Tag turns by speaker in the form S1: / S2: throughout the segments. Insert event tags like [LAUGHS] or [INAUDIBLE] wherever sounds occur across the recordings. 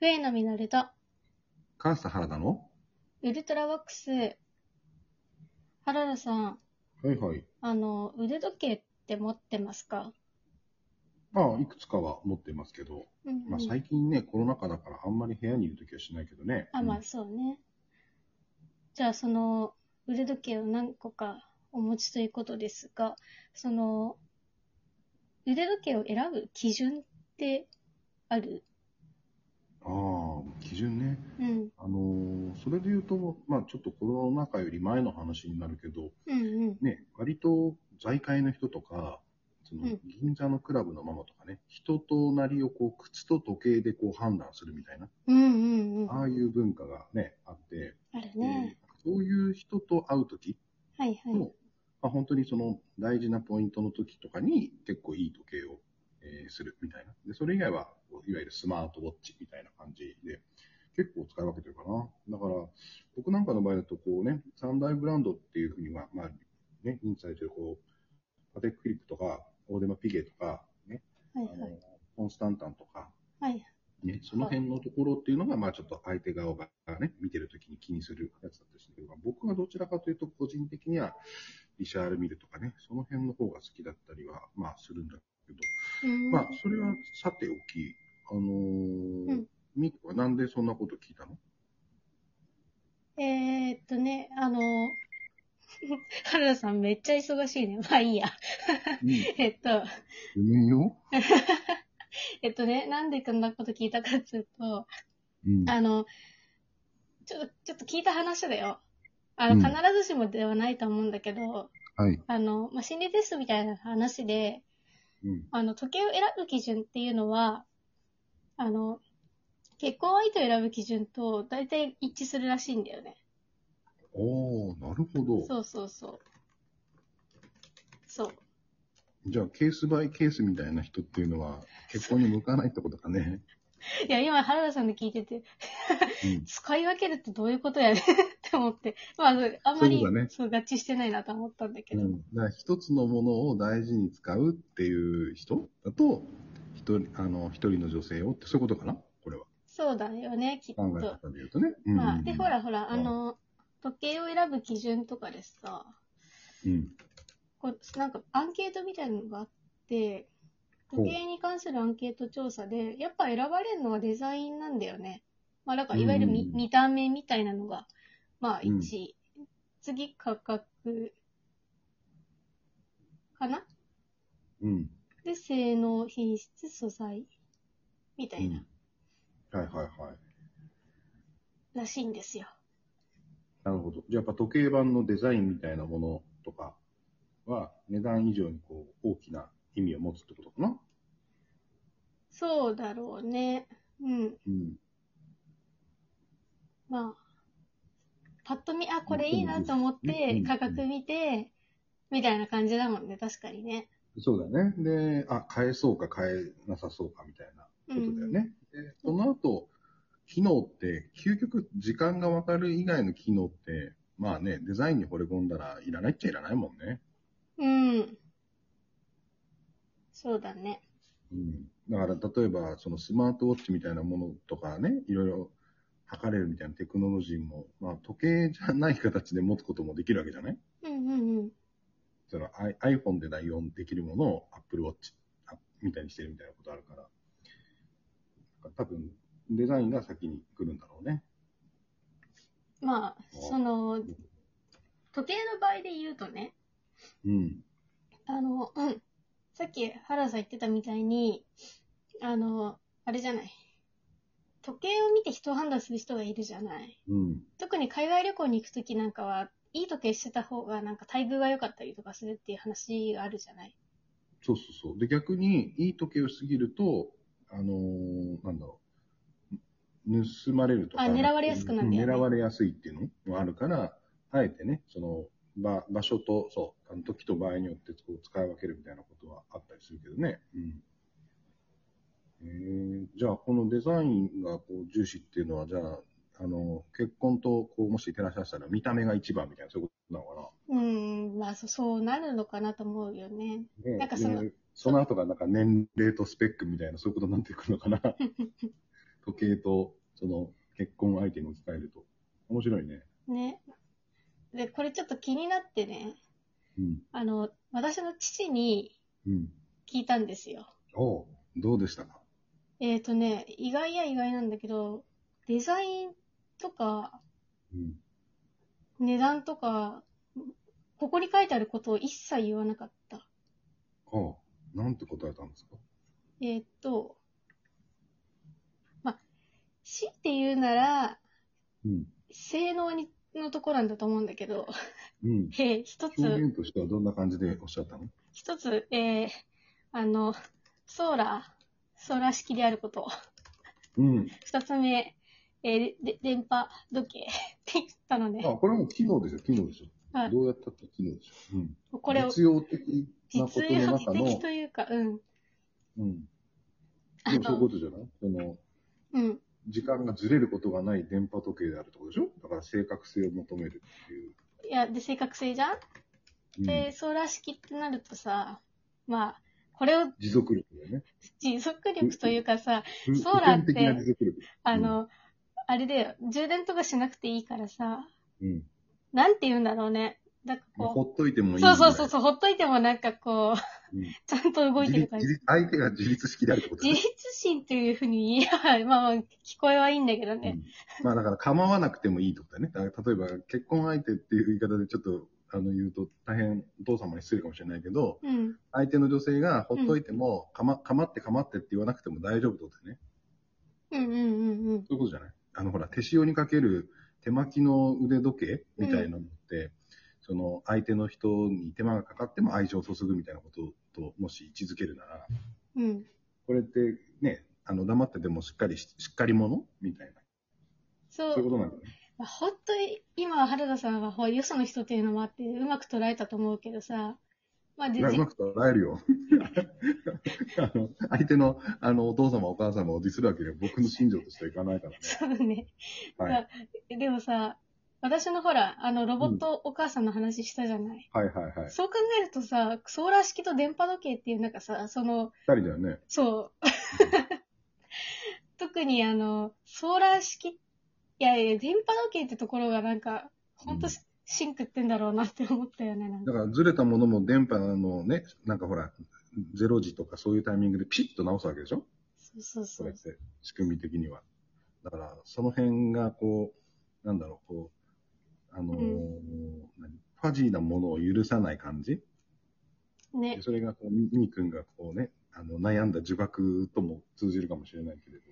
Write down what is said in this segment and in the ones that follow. S1: 上野実と
S2: 関下原田の
S1: ウルトラワックス。原田さん、
S2: はいはい。
S1: あの、腕時計って持ってますか、
S2: まあ、いくつかは持ってますけど、
S1: うんうん
S2: まあ最近ね、コロナ禍だからあんまり部屋にいるときはしないけどね。
S1: あ、まあそうね。じゃあ、その、腕時計を何個かお持ちということですが、その、腕時計を選ぶ基準ってある
S2: うんああ、基準ね。
S1: うん。
S2: あのーそれで言うと、まあちょっとコロナ禍より前の話になるけど、
S1: うんうん。
S2: ね、割と財界の人とか、そ
S1: うん
S2: の銀座のクラブのママとかね、人となりをこう靴と時計でこう判断するみたいな、
S1: うんうんうん。
S2: あ
S1: あ
S2: あいう文化がね、あって、
S1: るね。
S2: でそういう人と会うとき、
S1: はいはい。
S2: もまあ、本当にその大事なポイントの時とかに結構いい時計を、えーするみたいな。で、それ以外は、いわゆるスマートウォッチみたいな感じで、結構使い分けてるかな。だから、僕なんかの場合だと、こうね、三大ブランドっていうふうには、まあ、ね、認知されてる、こう、パテックフィリップとか、オーデマピゲとか、ね、
S1: はい
S2: あ
S1: は
S2: の
S1: い。、
S2: コンスタンタンとか、
S1: はい。
S2: ね、その辺のところっていうのが、まあちょっと相手側がね、見てるときに気にするやつだったりするけど、僕はどちらかというと、個人的には、リシャール・ミルとかね、その辺の方が好きだったりは、まあするんだけど、
S1: うん
S2: まあそれはさておき、あのー
S1: うん
S2: ミクはなんでそんなこと聞いたの
S1: えー、っとね、あの、 [LAUGHS] 原田さんめっちゃ忙しいね。まあいいや。
S2: うん、
S1: えっと、
S2: 夢よ。
S1: えっとね、なんでこんなこと聞いたかっていうと、
S2: うん。
S1: あの、ちょっと、ちょっと聞いた話だよ。あの、
S2: うん
S1: 必ずしもではないと思うんだけど、
S2: はい。
S1: あの、まあ、心理テストみたいな話で、
S2: うん。
S1: あの、時計を選ぶ基準っていうのは、あの、結婚相手を選ぶ基準と大体一致するらしいんだよね。
S2: おー、なるほど。
S1: そうそうそう。そう。
S2: じゃあ、ケースバイケースみたいな人っていうのは、結婚に向かないってことかね。
S1: いや、今、原田さんで聞いてて、
S2: うん。
S1: 使い分けるってどういうことやねんって思って、 [LAUGHS] まあ、あんまり
S2: そうだね
S1: そう合致してないなと思ったんだけ
S2: う
S1: ど。
S2: ん、だから一つのものを大事に使うっていう人だと、一人あの一人の女性をって、そういうことかな、これは。
S1: そうだよね、きっ
S2: 考え
S1: と。
S2: 方で言うとね。うん
S1: まあ、で、ほらほら、
S2: ん
S1: あの、時計を選ぶ基準とかでさ、
S2: うん。
S1: こうなんかアンケートみたいなのがあって、
S2: ほう
S1: 時計に関するアンケート調査で、やっぱ選ばれるのはデザインなんだよね。まあ、だから、いわゆる見,、
S2: うん
S1: 見た目みたいなのが、まあ、1
S2: うん
S1: 位。次、価格、かな
S2: うん。
S1: で、性能、品質、素材、みた
S2: う、
S1: いなん
S2: はいはいはい。
S1: らしいんですよ。
S2: なるほど。じゃあ、やっぱ時計版のデザインみたいなものとかは、値段以上にこう大きな意味を持つってことかな。
S1: そうだろうね。うん。
S2: うん。
S1: まあ、パッと見、あ、これいいなと思っ
S2: うんう
S1: て、
S2: ん
S1: 価格見て、みたいな感じだもんね。確かにね。
S2: そうだね。で、あ、変えそうか変えなさそうかみたいな。
S1: う
S2: ことだよ
S1: ん。
S2: ね。で、その後、機能って、究極時間がわかる以外の機能って、まあね、デザインに惚れ込んだらいらないっちゃいらないもんね。
S1: うん。そうだね。
S2: うん。だから、例えば、そのスマートウォッチみたいなものとかね、いろいろ測れるみたいなテクノロジーも、まあ、時計じゃない形で持つこともできるわけじゃない
S1: うんうんうん。
S2: その I- iPhone で代用できるものを Apple Watch あみたいにしてるみたいなことあるから、多分、デザインが先に来るんだろうね。
S1: まあ、その
S2: ん、
S1: 時計の場合で言うとね、
S2: うん。
S1: あの、うん。さっき原田さん言ってたみたいに、あの、あれじゃない。時計を見て人を判断する人がいるじゃない。
S2: うん。
S1: 特に海外旅行に行くときなんかは、いい時計してた方がなんか待遇が良かったりとかするっていう話があるじゃない。
S2: そうそうそう。で、逆に、いい時計を過ぎると、あのーなんだろう、盗まれるとか。
S1: あ狙われやすくなるんだよね
S2: 狙われやすいっていうのもあるから、あえてね、その、場場所と、そう、あの時と場合によってこう使い分けるみたいなことはあったりするけどね。うん。えー、じゃあ、このデザインがこう重視っていうのは、じゃあ、あの、結婚と、こう、もし照らし合わせたら、見た目が一番みたいな、そういうことなのか
S1: うーん、まあそそうなるのかなと思うよね。
S2: な。ね
S1: なんかその [LAUGHS]
S2: ねその後がなんか年齢とスペックみたいな、そういうことになってくるのかな。時計と、その、結婚相手に置き換えると。面白いね。
S1: ね。で、これちょっと気になってね、
S2: うん。
S1: あの、私の父に
S2: うん。
S1: 聞いたんですよ。
S2: おうどうでしたか
S1: えっ、とね、意外や意外なんだけど、デザインとか
S2: うん。
S1: 値段とか、ここに書いてあることを一切言わなかった。
S2: ああ、なんて答えたんですか
S1: えっ、と、ま、死って言うなら、
S2: うん。
S1: 性能にのところなんだと思うんだけど、 [LAUGHS]
S2: うん。
S1: えー一
S2: 表
S1: つ、
S2: 現としてはどんな感じでおっしゃったの
S1: 一つ、えーあの、ソーラー、ソーラー式であること。
S2: うん。
S1: 二つ目、えーで電波時計 [LAUGHS] って言ったのね。
S2: あ、これはもう機能でしょ、機能でしょ。
S1: はい
S2: どうやったって機能でしょ。うん。
S1: これを
S2: 実用的なこと
S1: 実用
S2: の中の
S1: 的、というか、うん。
S2: うん。
S1: あ
S2: でもそういうこ
S1: の、
S2: とじゃないその、
S1: うん。
S2: 時間がずれることがない電波時計であるってことでしょだから正確性を求めるっていう。
S1: いや、で、正確性じゃん、
S2: うん
S1: で、ソーラー式ってなるとさ、まあ、これを
S2: 持続力だよね。
S1: 持続力というかさ、
S2: 普
S1: ソーラーって
S2: 普遍的な持続力。
S1: あの、あれだよ、充電とかしなくていいからさ、
S2: うん。
S1: なんて言うんだろうね。なんか
S2: まあ、
S1: こ
S2: ほっといてもいいん
S1: う、
S2: だ
S1: そ
S2: よ
S1: うそうそう、そうほっといてもなんかこう、
S2: うん
S1: ちゃんと動いてる感じ
S2: 自。立自立相手が自立式であるってことだ
S1: 自
S2: よ
S1: 立
S2: ね。
S1: 心というふう [LAUGHS] に言えば、まあまあ、聞こえはいいんだけどね。
S2: うんまあだから構わなくてもいいってことだよね。だから例えば結婚相手っていう言い方でちょっとあの言うと大変お父様に失礼かもしれないけど、
S1: うん。
S2: 相手の女性がほっといても、かま、かまってかまってって言わなくても大丈夫ってことだよね。
S1: うんうんうんうん。
S2: そういうことじゃないあのほら、手塩にかける手巻きの腕時計みたいなのって、その相手の人に手間がかかっても愛情を注ぐみたいなことともし位置づけるなら、
S1: うん。
S2: これってね、あの黙っててもしっかりししっかり者みたいな。
S1: そ
S2: そういう
S1: う。
S2: ことなんだよね。
S1: まあ本当に、今、原田さんは、ほうよその人っていうのもあって、うまく捉えたと思うけどさ、まあ、で
S2: いやうまく捉えるよ。 [LAUGHS] あの相手のあのお父様、お母様をディスるわけには僕の信条としてはいかないからね。
S1: [LAUGHS] そうね。
S2: はい、
S1: でもさ、私のほら、あの、ロボットお母さんの話したじゃない。
S2: はいはいはい。
S1: そう考えるとさ、ソーラー式と電波時計っていう、なんかさ、その、
S2: 二人だよね。
S1: そう。 [LAUGHS] 特にあの、ソーラー式、いやいや、電波時計ってところがなんか、ほんと
S2: うん
S1: シンクってんだろうなって思ったよね、なんか。
S2: だからずれたものも電波のね、なんかほら、ゼロ時とかそういうタイミングでピシッと直すわけでしょ
S1: そうそう
S2: そ
S1: そう
S2: や
S1: う
S2: っ。て、仕組み的には。だから、その辺がこう、なんだろう、こう、あのー
S1: う
S2: 何ファジーなものを許さない感じ
S1: ね。
S2: それがこう、ミミ君がこうね、あの悩んだ呪縛とも通じるかもしれないけれど。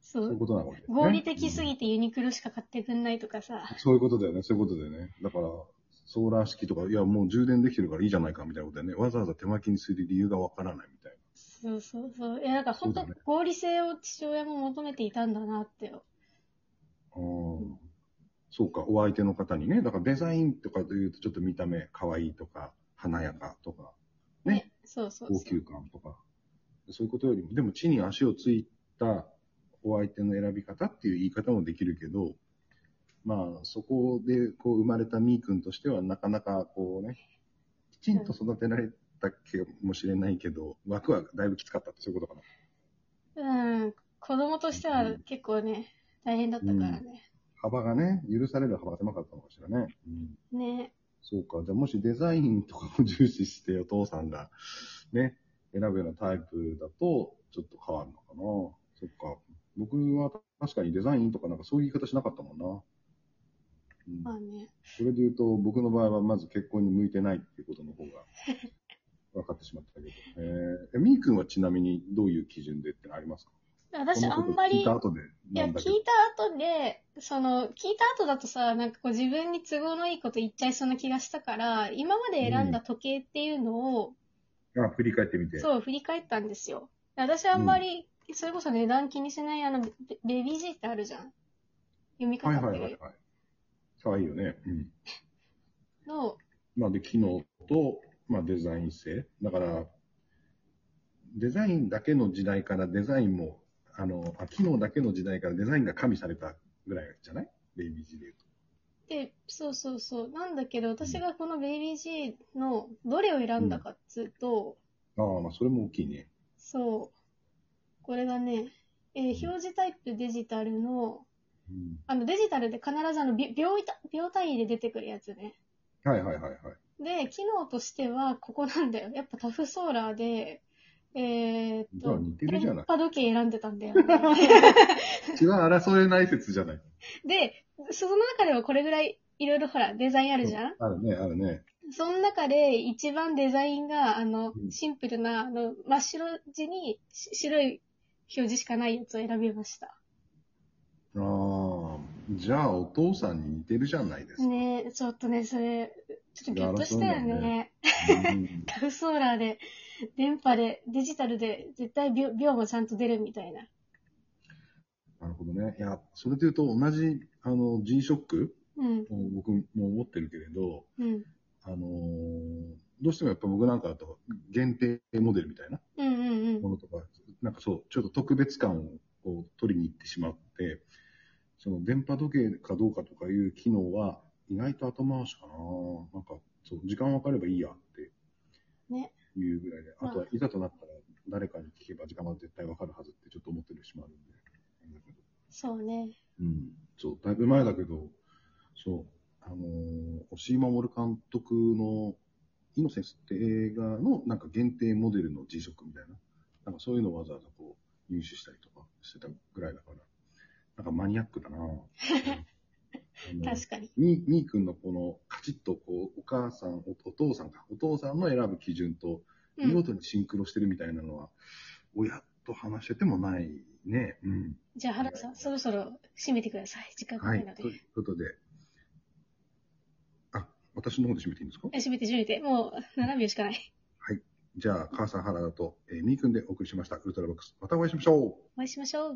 S1: そ
S2: そういう
S1: う。
S2: ことなのね。
S1: 合理的すぎてユニクロしか買ってくんないとかさ
S2: うん。そういうことだよね、そういうことだよね。だから、ソーラー式とか、いや、もう充電できてるからいいじゃないかみたいなことだよね。わざわざ手巻きにする理由がわからないみたい
S1: そうそうそう。いや、なんかほんと
S2: そうだね
S1: 合理性を父親も求めていたんだなって。
S2: な。うん。そうか、お相手の方にね。だからデザインとかというと、ちょっと見た目可愛いとか、華やかとか、ね
S1: ね。そうそう
S2: 高
S1: そう。
S2: 級感とか、そういうことよりも、でも地に足をついたお相手の選び方っていう言い方もできるけど、まあ、そこでこう生まれたみーくんとしては、なかなかこうね、きちんと育てられたかもしれないけど、枠はだいぶきつかったって、そういうことかな。
S1: うん。子供としては結構ね、大変だったからね。
S2: 幅がね、許される幅が狭かったのかしらね。うん
S1: ね。
S2: そうか。じゃあ、もしデザインとかを重視して、お父さんが、ね、選ぶようなタイプだと、ちょっと変わるのかな。そっか。僕は確かにデザインとかなんかそういう言い方しなかったもんな。
S1: ま
S2: う
S1: あ
S2: ん、
S1: ね。
S2: それで言うと、僕の場合はまず結婚に向いてないっていうことの方
S1: [LAUGHS]
S2: が分かってしまったけど。えー、えみーくんはちなみにどういう基準でってのありますか
S1: 私
S2: こ
S1: あ
S2: のこと
S1: んま
S2: 聞
S1: り
S2: いた後で
S1: いや、聞
S2: なん
S1: い
S2: だけど。
S1: た後で、その、聞いた後だとさ、なんかこう自分に都合のいいこと言っちゃいそうな気がしたから、今まで選んだ時計っていうのを、
S2: あ、振り返ってみて。
S1: そう、振り返ったんですよ。私あんまり、それこそ値段気にしない、あの、ベベビー G ってあるじゃん。読み
S2: はい
S1: 方
S2: は
S1: っ
S2: いはいはい
S1: て。
S2: 可愛いよね。うん。
S1: の、
S2: まあ、で、機能と、まあ、デザイン性。だから、デザインだけの時代からデザインも、あの、あ機能だけの時代からデザインが加味されたぐらいじゃないベイビージで言うと。
S1: で、そうそうそう。なんだけど、私がこのベビー G のどれを選んだかっつうと、
S2: ああ、まあ、それも大きいね。
S1: そう。これがね、えー表示タイプデジタルの、
S2: うん
S1: あの、デジタルで必ずあの、び秒いた秒単位で出てくるやつね。
S2: はいはいはいはい。
S1: で、機能としては、ここなんだよ。やっぱタフソーラーで、えーっ
S2: じゃあ
S1: と、
S2: 似てるじゃない
S1: 電。波時計選んでたんだよ [LAUGHS] ね。
S2: 一番争えない説じゃない。
S1: で、その中ではこれぐらい、いろいろほら、デザインあるじゃん
S2: あるね、あるね。
S1: その中で一番デザインが、あの
S2: う、ん
S1: シンプルな、あの、真っ白地にし白い表示しかないやつを選びました。
S2: ああ、じゃあお父さんに似てるじゃないですか。
S1: ねえ、ちょっとね、それ、ちょっとギョッとしたよ
S2: いや争うんだよ
S1: ね。
S2: うん [LAUGHS]
S1: タフソーラーで、電波で、デジタルで、絶対秒秒もちゃんと出るみたいな。
S2: なるほどね。いや、それで言うと同じ、あの、G-SHOCK
S1: うん、
S2: を僕も持ってるけれど、
S1: うん、
S2: あのーどうしてもやっぱ僕なんかだと限定モデルみたいな
S1: うん、うん、
S2: ものとか、なんかそう、ちょっと特別感をこう取りに行ってしまって、その電波時計かどうかとかいう機能は意外と後回しかななんか、そう、時間わかればいいやって。
S1: ね
S2: いうぐらいで。あと
S1: ま
S2: は、いざとなったら誰かに聞けば時間は絶対わかるはずってちょっと思ってる節もあるんで。だけど
S1: そうね。
S2: うん。そう、だいぶ前だけど、そう、あのー、押井守監督のイノセンスって映画のなんか限定モデルの G ショックみたいな、なんかそういうのをわざわざこう入手したりとかしてたぐらいだから、なんかマニアック
S1: [LAUGHS]
S2: だなぁうんあの
S1: 確かに。
S2: み、みーくんのこのカチッとこう、お母さん、おお父さんか、お父さんの選ぶ基準と、
S1: う
S2: 見
S1: ん。
S2: 事にシンクロしてるみたいなのは、親と話しててもないね。うん。
S1: じゃあ、原田さん、そろそろ締めてください。時間が
S2: は
S1: ない
S2: い
S1: の、で。
S2: ということで。あ、私の方で締めていいんですか
S1: え締めて、締めて。もう、7秒しかない。
S2: じゃあ、母さん原田と、えー、みーくんでお送りしました、ウルトラボックス。またお会いしましょう
S1: お会いしましょう。